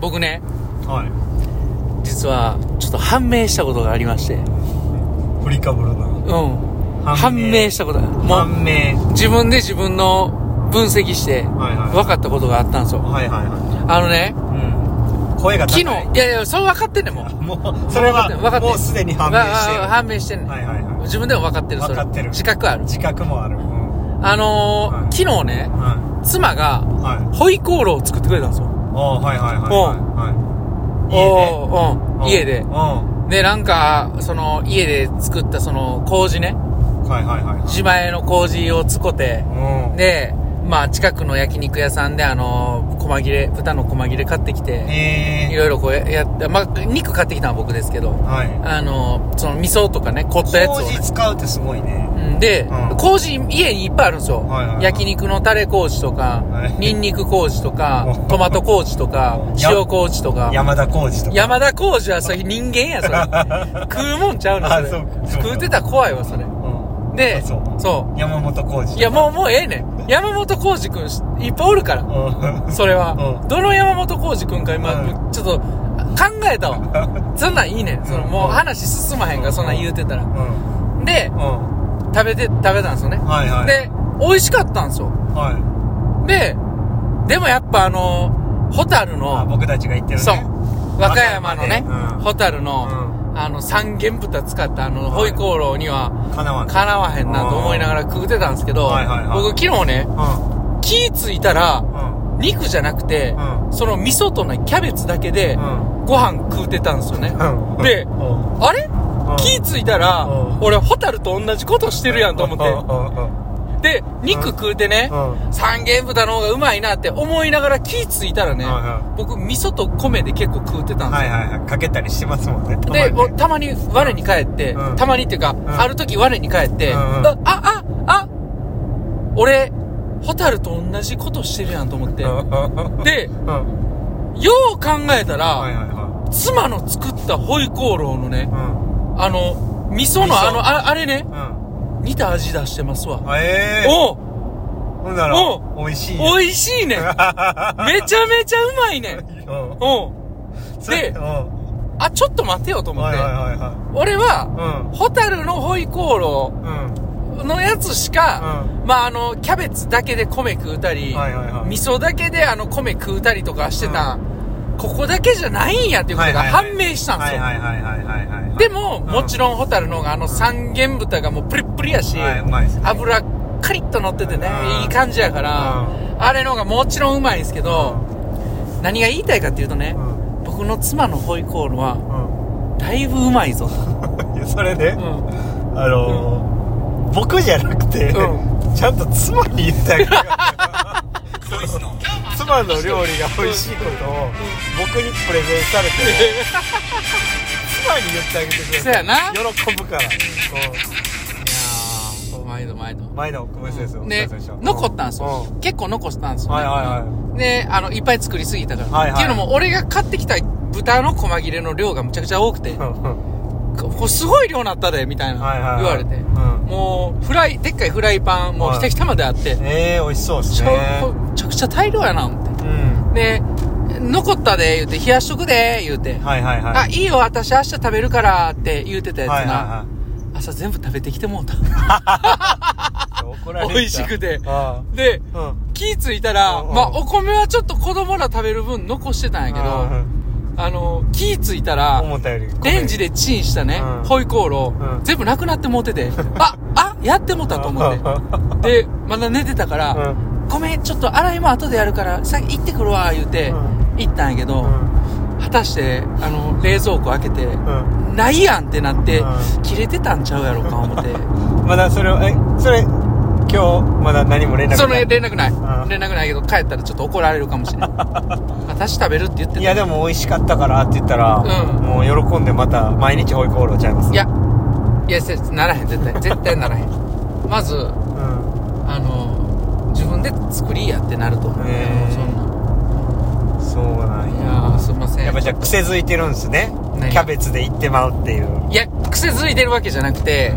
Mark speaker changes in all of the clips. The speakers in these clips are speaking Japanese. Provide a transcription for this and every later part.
Speaker 1: 僕ね、
Speaker 2: は
Speaker 1: 実は、ちょっと判明したことがありまして。
Speaker 2: い振りかぶるな
Speaker 1: うん。
Speaker 2: 判明
Speaker 1: 判明したことがもう、
Speaker 2: 判明
Speaker 1: 自分で自分の分析して、
Speaker 2: はいはい
Speaker 1: 分かったことがあったんですよ。
Speaker 2: はいはいは
Speaker 1: あのね、
Speaker 2: いうん声が高
Speaker 1: 昨
Speaker 2: い
Speaker 1: 日、いやいや、そう分かってんねん、もう。
Speaker 2: もうそれ
Speaker 1: 分かっ
Speaker 2: は
Speaker 1: てん分かってん
Speaker 2: もうすでに判明して
Speaker 1: わわ
Speaker 2: る
Speaker 1: 判明してんねん。
Speaker 2: はいはいはい
Speaker 1: 自分でも分かってる、それ。
Speaker 2: 分かってる
Speaker 1: 自覚ある。
Speaker 2: 自覚もあるうん
Speaker 1: あのー
Speaker 2: はい
Speaker 1: 昨日ね、
Speaker 2: は
Speaker 1: 妻が、
Speaker 2: いはい
Speaker 1: ホイコーローを作ってくれたんですよ。
Speaker 2: おーはいはいはいはいはい
Speaker 1: おーうん家で
Speaker 2: うん。は
Speaker 1: で、なんか、その、家で作ったその、麹ね。
Speaker 2: いはいはい
Speaker 1: 自前の麹を使って、
Speaker 2: うん
Speaker 1: で、まあ、近くの焼肉屋さんで、あのー、細切れ、豚の細切れ買ってきて、
Speaker 2: えー
Speaker 1: いろいろこうややって、まあ、肉買ってきたのは僕ですけど、
Speaker 2: はい
Speaker 1: あのー、その、味噌とかね、凝ったやつをね、
Speaker 2: 麹使うってすごいね
Speaker 1: うんで、
Speaker 2: うん
Speaker 1: 麹家にいっぱいあるんですよ。
Speaker 2: はいはいはい
Speaker 1: 焼肉のタレ麹とか
Speaker 2: はい、
Speaker 1: ニンニク麹とか
Speaker 2: お、
Speaker 1: トマト麹とか
Speaker 2: お、
Speaker 1: 塩麹とか。
Speaker 2: 山田麹とか
Speaker 1: 山田麹はそれ人間や、そ れ。食うもんちゃうの、
Speaker 2: あそうか
Speaker 1: それ。食うてたら怖いわ、それ。
Speaker 2: うん
Speaker 1: で、
Speaker 2: あそう
Speaker 1: そ
Speaker 2: 山本
Speaker 1: う。
Speaker 2: 麹
Speaker 1: いや、もう、もうええねん。山本麹くんし、いっぱいおるから。
Speaker 2: うん
Speaker 1: それは
Speaker 2: う。ん
Speaker 1: どの山本麹くんか
Speaker 2: う
Speaker 1: 今、ちょっと、考えたわ。そんなんいいねん。その、もう話進まへんから、そんなん言うてたら。
Speaker 2: うん
Speaker 1: で、
Speaker 2: うん
Speaker 1: 食べて、食べたんですよね。
Speaker 2: はいはい
Speaker 1: で、美味しかったんですよ。
Speaker 2: はい
Speaker 1: で、でもやっぱあの、ホタル
Speaker 2: あ
Speaker 1: の、
Speaker 2: 僕たちが言ってるね
Speaker 1: そう、和歌山のね
Speaker 2: 和歌山ねうん、
Speaker 1: ホタルの、あの、三元豚使ったあの、ホイコーローには、
Speaker 2: かなわん
Speaker 1: かなわへんなと思いながら食うてたんですけど、
Speaker 2: はいはいはい
Speaker 1: 僕昨日ね、
Speaker 2: う
Speaker 1: 気ぃついたら、
Speaker 2: んうん
Speaker 1: 肉じゃなくて、
Speaker 2: うん
Speaker 1: その味噌とのキャベツだけで、
Speaker 2: う
Speaker 1: ご飯食うてたんですよね。
Speaker 2: んうん
Speaker 1: で
Speaker 2: うん
Speaker 1: あれ気ぃついたら
Speaker 2: うん、
Speaker 1: 俺、ホタルと同じことしてるやんと思
Speaker 2: うん
Speaker 1: っ
Speaker 2: うん
Speaker 1: て。で、肉食うてね、
Speaker 2: うん
Speaker 1: 三元豚の方がうまいなって思いながら気ぃついたらね、
Speaker 2: はいは
Speaker 1: 僕味噌と米で結構食うてたんです
Speaker 2: は
Speaker 1: よ
Speaker 2: いはいはいかけたりしてますもんね
Speaker 1: で、も
Speaker 2: お
Speaker 1: うたまに我に返って、
Speaker 2: うん
Speaker 1: たまにっていうか、
Speaker 2: ん
Speaker 1: ある時我に返って、
Speaker 2: うんうん
Speaker 1: あ、あ、あ、あ、俺、ホタルと同じことしてるやんと思って。で、
Speaker 2: うん
Speaker 1: よう考えたら、
Speaker 2: はいはいは
Speaker 1: 妻の作ったホイコーローのね
Speaker 2: い、うん
Speaker 1: あの、味噌の
Speaker 2: 味噌
Speaker 1: あの、ああれね、
Speaker 2: うん
Speaker 1: 似た味出してますわ。
Speaker 2: あええ
Speaker 1: おう
Speaker 2: ほんなら
Speaker 1: お
Speaker 2: 美味しい ね
Speaker 1: 美味しいねんめちゃめちゃうまいねん
Speaker 2: うん
Speaker 1: おう
Speaker 2: それ
Speaker 1: で
Speaker 2: うん
Speaker 1: あ、ちょっと待てよと思っ
Speaker 2: はい
Speaker 1: て。
Speaker 2: はいはいは、
Speaker 1: 俺はい
Speaker 2: うん
Speaker 1: ホタルのホイコーロ
Speaker 2: うん
Speaker 1: ーのやつしか、まあ、あの、キャベツだけで米食うたり、
Speaker 2: はいはいはい
Speaker 1: 味噌だけであの米食うたりとかしてた、ここだけじゃないんやっていうことが
Speaker 2: はいはい
Speaker 1: 判明したんですよ。
Speaker 2: はいはいはいはいはいはい
Speaker 1: でも、もち
Speaker 2: ろ
Speaker 1: ろんホタルの方があの三元豚がもうプリップリやし、
Speaker 2: はいうまいですね
Speaker 1: 油カリッと乗っててね、
Speaker 2: うん
Speaker 1: いい感じやから、あれの方がもちろんうまいんですけど、何が言いたいかっていうとね
Speaker 2: う、ん
Speaker 1: 僕の妻のホイコーローは、
Speaker 2: う
Speaker 1: だいぶうまいぞ。
Speaker 2: んいや それで
Speaker 1: うん
Speaker 2: あのー僕じゃなくて
Speaker 1: う
Speaker 2: ちゃんと妻に言ってあげる 妻の料理が美味しいことを僕にプレゼンされて妻に言ってあげてくれ
Speaker 1: そうやな
Speaker 2: 喜ぶから
Speaker 1: いやー毎度毎度。
Speaker 2: 前の小林先生お疲れ
Speaker 1: で
Speaker 2: 様した、
Speaker 1: 残ったんです
Speaker 2: う
Speaker 1: よ。結構残したんですよ。
Speaker 2: はいはいは
Speaker 1: で、あの、いっぱい作りすぎたから。
Speaker 2: はいはい
Speaker 1: っていうのも、俺が買ってきた豚の細切れの量がむちゃくちゃ多くて、
Speaker 2: いうんうん
Speaker 1: ここれすごい量なったで、みたい
Speaker 2: はいはいは
Speaker 1: な、
Speaker 2: い
Speaker 1: 言われて。
Speaker 2: うん
Speaker 1: もう、フライ、でっかいフライパン、もう
Speaker 2: はい
Speaker 1: ひたひたまであって、
Speaker 2: ええ美味しそうで
Speaker 1: ち
Speaker 2: す
Speaker 1: ょ
Speaker 2: ね
Speaker 1: これむちゃくちゃ大量やな、思って。
Speaker 2: うん
Speaker 1: で、残ったで、言うて、冷やしとくで、言うて。
Speaker 2: はいはいはい
Speaker 1: あ、いいよ、私明日食べるから、って言うてたやつな。
Speaker 2: はいは
Speaker 1: 朝全部食べてきてもうた。
Speaker 2: いはい怒られた
Speaker 1: 美味しくて
Speaker 2: あ
Speaker 1: で、
Speaker 2: あうん
Speaker 1: 気ぃついたら、
Speaker 2: うんうん
Speaker 1: まあ、お米はちょっと子供ら食べる分残してたんやけど、
Speaker 2: あ
Speaker 1: あの、気ぃついたら、
Speaker 2: 思ったより
Speaker 1: レンジ
Speaker 2: で
Speaker 1: でチンしたね、
Speaker 2: うん
Speaker 1: ホイコーロー、
Speaker 2: うん
Speaker 1: 全部なくなってもうてて、あ、あ、やってもうたと思って。で、まだ寝てたから、ごめん、ちょっと洗いも後でやるから、さ行ってくるわ、言うて、
Speaker 2: うん
Speaker 1: 行ったんやけど、果たして、あの、冷蔵庫開けて、ないやんってなって、
Speaker 2: うん
Speaker 1: 切れてたんちゃうやろか、 思って。
Speaker 2: まだそれをえそれ今日まだ何も連絡ない
Speaker 1: その連絡ない
Speaker 2: うん
Speaker 1: 連絡ないけど帰ったらちょっと怒られるかも しれない私食べるって言ってた
Speaker 2: いやでも美味しかったからって言ったら、
Speaker 1: うん
Speaker 2: もう喜んでまた毎日ホイコーローちゃいます
Speaker 1: いやいやせならへん絶対絶対ならへんまず
Speaker 2: うん
Speaker 1: あの自分で作りやってなると思う
Speaker 2: へー
Speaker 1: そんな
Speaker 2: そうなんや
Speaker 1: いやーすいません
Speaker 2: やっぱじゃあ癖づいてるんですね
Speaker 1: 何
Speaker 2: キャベツでいってまうっていう
Speaker 1: いや癖づいてるわけじゃなくて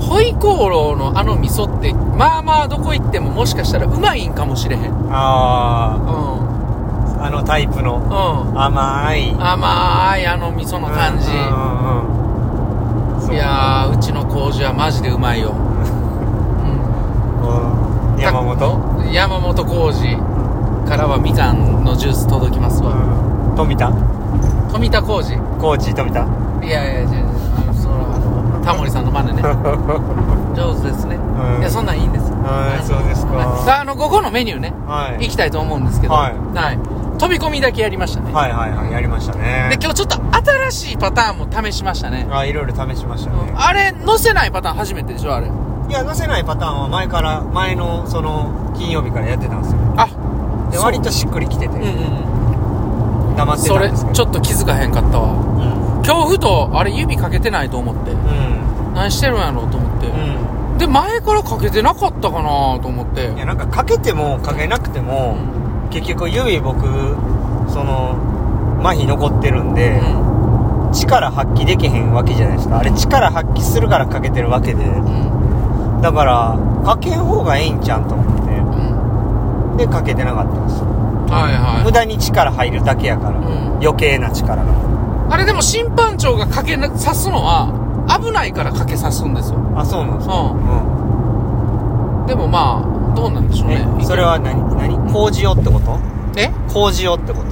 Speaker 1: ホイコーローのあの味噌ってまあまあどこ行ってももしかしたらうまいんかもしれへんうん
Speaker 2: あああのタイプの
Speaker 1: うん
Speaker 2: 甘い
Speaker 1: 甘いあの味噌の感じ
Speaker 2: うんうんうんそう
Speaker 1: いやーうちの麹はマジでうまい よ、う
Speaker 2: うん山本
Speaker 1: ん、山本麹からはみかんのジュース届きますわ、
Speaker 2: うん富田
Speaker 1: 富田麹
Speaker 2: コーチ富田
Speaker 1: いやいやいやいやあのそのタモリさんのマ ネね上手ですね、
Speaker 2: うん
Speaker 1: いやそんなんいいんです
Speaker 2: はいそうですか
Speaker 1: はいさああの午後のメニューね
Speaker 2: はい
Speaker 1: 行きたいと思うんですけど、
Speaker 2: はい
Speaker 1: 飛び込みだけやりましたね、
Speaker 2: はいはいはいやりましたね
Speaker 1: で今日ちょっと新しいパターンも試しましたね、
Speaker 2: あいろいろ試しましたね
Speaker 1: あれ載せないパターン初めてでしょあれ
Speaker 2: いや載せないパターンは前から前のその金曜日からやってたんですよ
Speaker 1: あ
Speaker 2: で
Speaker 1: そう
Speaker 2: 割としっくりきてて
Speaker 1: うんうん
Speaker 2: 黙って
Speaker 1: そ
Speaker 2: た
Speaker 1: れ
Speaker 2: んですけど
Speaker 1: ちょっと気づかへんかったわ
Speaker 2: うん
Speaker 1: 今日ふとあれ指かけてないと思って
Speaker 2: うん
Speaker 1: 何してるんやろうと思って、
Speaker 2: う
Speaker 1: で前からかけてなかったかなと思って
Speaker 2: んいやなんかかけてもかけなくて
Speaker 1: う
Speaker 2: も
Speaker 1: ん
Speaker 2: 結局指僕その麻痺残ってるんで力発揮できへんわけじゃないですかあれ力発揮するからかけてるわけで
Speaker 1: うん
Speaker 2: だからかけん方がええんちゃうんと思
Speaker 1: うん
Speaker 2: ってでかけてなかったんですよ
Speaker 1: はいは
Speaker 2: 無
Speaker 1: い
Speaker 2: 駄に力入るだけやから、
Speaker 1: ん
Speaker 2: 余計な力が
Speaker 1: あれでも審判長がかけな刺すのは危ないからかけ刺すんですよ
Speaker 2: あそうなんですか
Speaker 1: う
Speaker 2: うん
Speaker 1: んでもまあどうなんでしょうね
Speaker 2: えそれは何何麹をってこと
Speaker 1: え
Speaker 2: 麹をってこと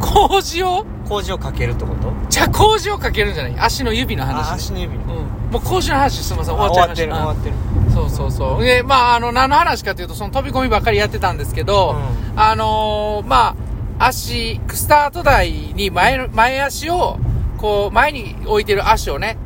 Speaker 1: 麹を
Speaker 2: 麹をかけるってこと
Speaker 1: じゃあ麹をかけるんじゃない足の指の
Speaker 2: あ
Speaker 1: 話
Speaker 2: 足
Speaker 1: ね
Speaker 2: の指に
Speaker 1: うんもう麹の話すみません
Speaker 2: あ
Speaker 1: 終わっちゃいました
Speaker 2: 終わってる終わってる
Speaker 1: うんそうそうそうでまああの何の話かというとその飛び込みばっかりやってたんですけど、
Speaker 2: う
Speaker 1: あのーまあ足スタート台に前前足をこう前に置いてる足をね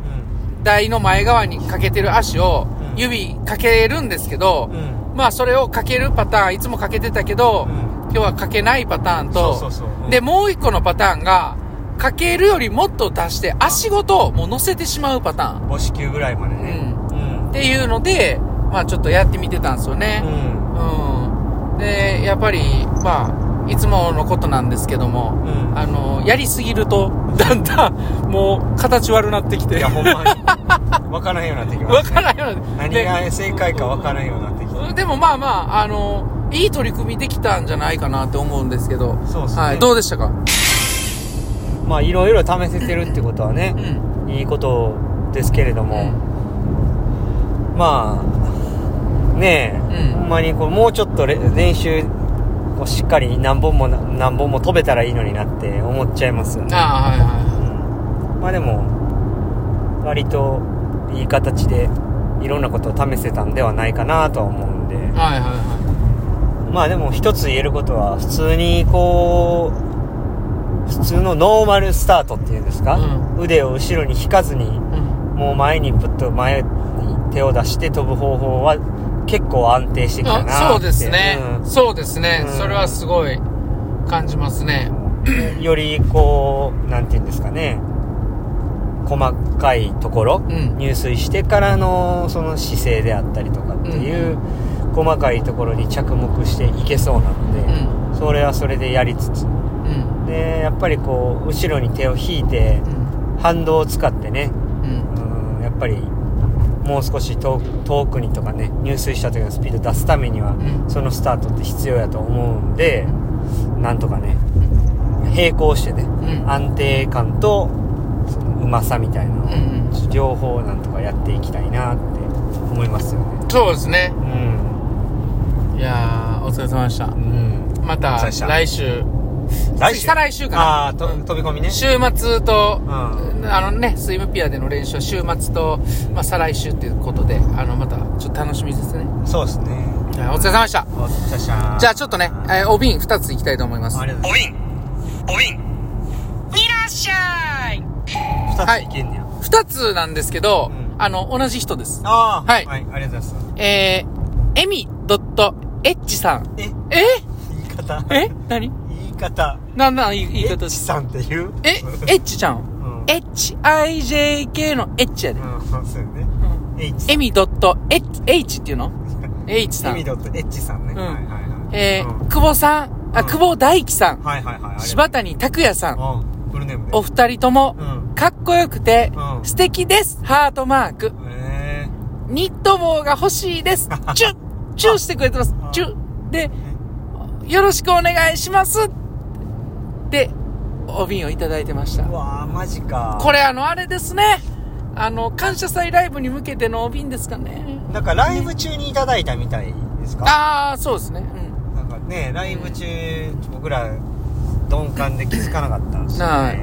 Speaker 1: 台の前側にかけてる足を
Speaker 2: うん
Speaker 1: 指かけるんですけど、
Speaker 2: うんうん
Speaker 1: まあそれをかけるパターンいつもかけてたけど、
Speaker 2: うん
Speaker 1: 今日はかけないパターンと
Speaker 2: そうそうそう
Speaker 1: でもう一個のパターンがかけるよりもっと出して足ごともう乗せてしまうパターンっ
Speaker 2: 母子球ぐらいまでねうん
Speaker 1: ていうのでまあちょっとやってみてたんですよね
Speaker 2: うん
Speaker 1: うん、でやっぱりまあいつものことなんですけども
Speaker 2: うん
Speaker 1: あのやりすぎるとだんだんもう形悪なってき
Speaker 2: い
Speaker 1: て
Speaker 2: やほんま にわからんようになってきま
Speaker 1: わ
Speaker 2: す
Speaker 1: からんようになっ
Speaker 2: 何
Speaker 1: て
Speaker 2: が正解かわからんようになってき
Speaker 1: うんでもまあまあ、あの、いい取り組みできたんじゃないかなって思うんですけど。
Speaker 2: そうっすね
Speaker 1: はい。どうでしたか
Speaker 2: たまあいろいろ試せてるってことはね
Speaker 1: うん。
Speaker 2: いいことですけれども
Speaker 1: う
Speaker 2: まあねえ、
Speaker 1: うん
Speaker 2: ほんまにこうもうちょっとれ練習こうしっかり何本もな何本も飛べたらいいのになって思っちゃいますよ
Speaker 1: ん。
Speaker 2: ね、
Speaker 1: ああ、はいは
Speaker 2: うんまあでも割といい形でいろんなことを試せたんではないかなとは思うんで
Speaker 1: い。はいは
Speaker 2: まあでも一つ言えることは普通にこう普通のノーマルスタートっていうんですか、
Speaker 1: う
Speaker 2: 腕を後ろに引かずに
Speaker 1: いはい。うん。
Speaker 2: もう前にプッと前に手を出して飛ぶ方法は結構安定してきたなって
Speaker 1: あそうですね。そうですね、
Speaker 2: うん
Speaker 1: それはすごい感じますね。
Speaker 2: うんよりこうなんて言うんですかね細かいところ、
Speaker 1: ん
Speaker 2: 入水してからのその姿勢であったりとかっていう、細かいところに着目していけそうな
Speaker 1: う
Speaker 2: ので、
Speaker 1: ん。
Speaker 2: それはそれでやりつつ
Speaker 1: うん。
Speaker 2: でやっぱりこう後ろに手を引いて
Speaker 1: うん。
Speaker 2: 反動を使ってね
Speaker 1: うん。
Speaker 2: うんやっぱりもう少し遠く遠くにとかね入水した時のスピード出すためには、
Speaker 1: ん
Speaker 2: そのスタートって必要やと思うんでなんとかね並行してね、
Speaker 1: ん
Speaker 2: 安定感とそのうまさみたいなの
Speaker 1: う
Speaker 2: を
Speaker 1: んうん
Speaker 2: 両方なんとかやっていきたいなって思いますよね
Speaker 1: そうですね。
Speaker 2: うん、
Speaker 1: いやー、お疲れ様でした
Speaker 2: う。ん、
Speaker 1: ま
Speaker 2: お疲れ
Speaker 1: た
Speaker 2: でした
Speaker 1: 来週。
Speaker 2: 来
Speaker 1: 再来週かな
Speaker 2: ああと飛び込みね
Speaker 1: 週末と、
Speaker 2: うん
Speaker 1: あのね、スイムピアでの練習は週末と、まあ、再来週ということで、あの、また、ちょっと楽しみですね。
Speaker 2: そうですね
Speaker 1: はいお疲れ様でした。
Speaker 2: お疲れ様
Speaker 1: じゃあ、ちょっとね、えーお瓶2ついきたいと思います。
Speaker 2: あ
Speaker 1: は
Speaker 2: りがとうござい
Speaker 3: いらっしゃい
Speaker 2: ます
Speaker 1: はい
Speaker 2: 2ついけんねや、
Speaker 1: 2つなんですけど、
Speaker 2: うん
Speaker 1: あの、同じ人です。
Speaker 2: ああ
Speaker 1: はい
Speaker 2: はい、ありがとうございます
Speaker 1: えー、エミドットエッチさん。
Speaker 2: え
Speaker 1: え
Speaker 2: 言い方
Speaker 1: え何
Speaker 2: 言い方
Speaker 1: なんなん言い言い
Speaker 2: エ
Speaker 1: 方
Speaker 2: ッ
Speaker 1: で
Speaker 2: チ
Speaker 1: す。
Speaker 2: さんっていう
Speaker 1: え
Speaker 2: うん、
Speaker 1: エッチちゃん。
Speaker 2: うん、
Speaker 1: H-I-J-K のエッチやで。
Speaker 2: うんそうよねエッチ
Speaker 1: エミドットエッチ、H っていうの ?H さ
Speaker 2: エ
Speaker 1: ん
Speaker 2: ミ。ドとエッチさんね、
Speaker 1: うん
Speaker 2: はいはいはい
Speaker 1: え
Speaker 2: う
Speaker 1: ー
Speaker 2: ん
Speaker 1: 久保さん、あ、
Speaker 2: うん
Speaker 1: 久保大樹さん、
Speaker 2: はいはいはい
Speaker 1: 柴谷拓也さん、
Speaker 2: あフルネームで
Speaker 1: お二人とも
Speaker 2: う、ん
Speaker 1: かっこよくて
Speaker 2: う、ん
Speaker 1: 素敵です、ハートマーク。
Speaker 2: え
Speaker 1: ニット帽が欲しい です、チュッ、チュッしてくれてます
Speaker 2: あ、
Speaker 1: チュッ。で、よろしくお願いします。で、お瓶をいただいてました
Speaker 2: う。わあマジか
Speaker 1: これあの、あれですね。あの、感謝祭ライブに向けてのお瓶ですかね。
Speaker 2: なんかライブ中にいただいたみたいですか
Speaker 1: ああー、そうですね。うん。
Speaker 2: なんかねライブ中僕ら鈍感で気づかなかったんですよ
Speaker 1: は
Speaker 2: ね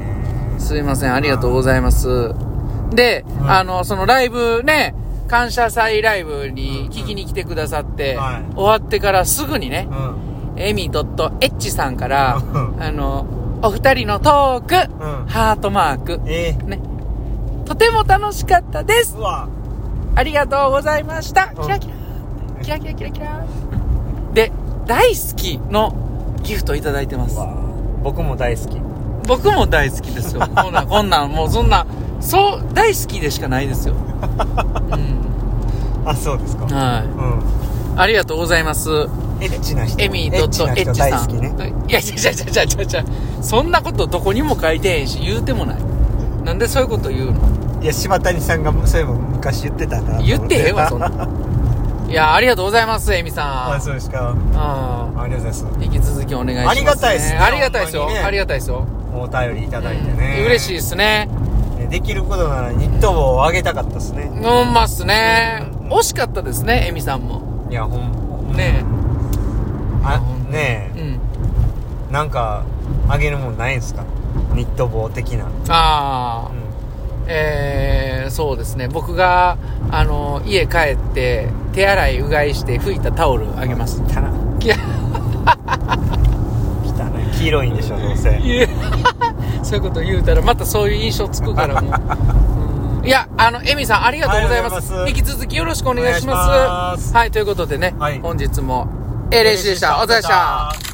Speaker 1: すいません、ありがとうございます。で、
Speaker 2: うん
Speaker 1: あの、そのライブね、感謝祭ライブに聞きに来てくださって、
Speaker 2: はい
Speaker 1: 終わってからすぐにね、
Speaker 2: うん
Speaker 1: エミドットエッチさんから、
Speaker 2: うん
Speaker 1: あの、お二人のトーク、
Speaker 2: うん
Speaker 1: ハートマーク、
Speaker 2: え
Speaker 1: ね。とても楽しかったで
Speaker 2: ー
Speaker 1: す
Speaker 2: うわ
Speaker 1: ありがとうございました
Speaker 2: うん
Speaker 1: キラキラキラキラキラキ ラで、大好きのギフトいただいてま
Speaker 2: う
Speaker 1: す。
Speaker 2: わ僕も大好き
Speaker 1: 僕も大好き ですよ。こんなん、こんなん、もうそんな、そう、大好きでしかない ですよ。うん。
Speaker 2: あそうですか
Speaker 1: はい。
Speaker 2: う
Speaker 1: ありがとうございます。
Speaker 2: んエッチな人
Speaker 1: エミ
Speaker 2: エ
Speaker 1: ド
Speaker 2: ッ
Speaker 1: ッ
Speaker 2: チ
Speaker 1: ト
Speaker 2: な
Speaker 1: エッ
Speaker 2: 人
Speaker 1: チさん。
Speaker 2: 大好きね
Speaker 1: いや、いやいやいやいやいやいやそんなことどこにも書いてへんし、言うてもない。なんでそういうこと言うの
Speaker 2: いや柴谷さんがそういえば昔言ってたな
Speaker 1: 言ってへ んわそんないやありがとうございますエミさ
Speaker 2: あ
Speaker 1: ん
Speaker 2: そうですか
Speaker 1: う
Speaker 2: ありがとうございま
Speaker 1: ん引き続きお願いします、ね、
Speaker 2: ありがたいっすね
Speaker 1: ありがたいですよ、
Speaker 2: ほんまにね
Speaker 1: ありがたいですよ
Speaker 2: すお便りいただいてね、
Speaker 1: うん嬉しいですね
Speaker 2: ねできることならニット帽をあげたかったですね
Speaker 1: ほんまっすね
Speaker 2: うん
Speaker 1: 惜しかったですねエミさんも
Speaker 2: いやほん
Speaker 1: ね
Speaker 2: あ
Speaker 1: ほん
Speaker 2: ね
Speaker 1: うん
Speaker 2: えなんかあげるもんないんすかニット帽的な、
Speaker 1: ああ、
Speaker 2: う
Speaker 1: えー、そうですね僕があの家帰って手洗いうがいして拭いたタオルあげます
Speaker 2: ん、 汚
Speaker 1: いや
Speaker 2: い汚い黄色いんでしょどうせ
Speaker 1: いや そういうこと言うたらまたそういう印象つくからもううんいやあのエミさんありがとうございます
Speaker 2: ありがとうございます
Speaker 1: 引き続きよろしくお願いします
Speaker 2: お願いします
Speaker 1: はいということでね、
Speaker 2: はい
Speaker 1: 本日も A 練習でしたお疲れ様でした
Speaker 2: た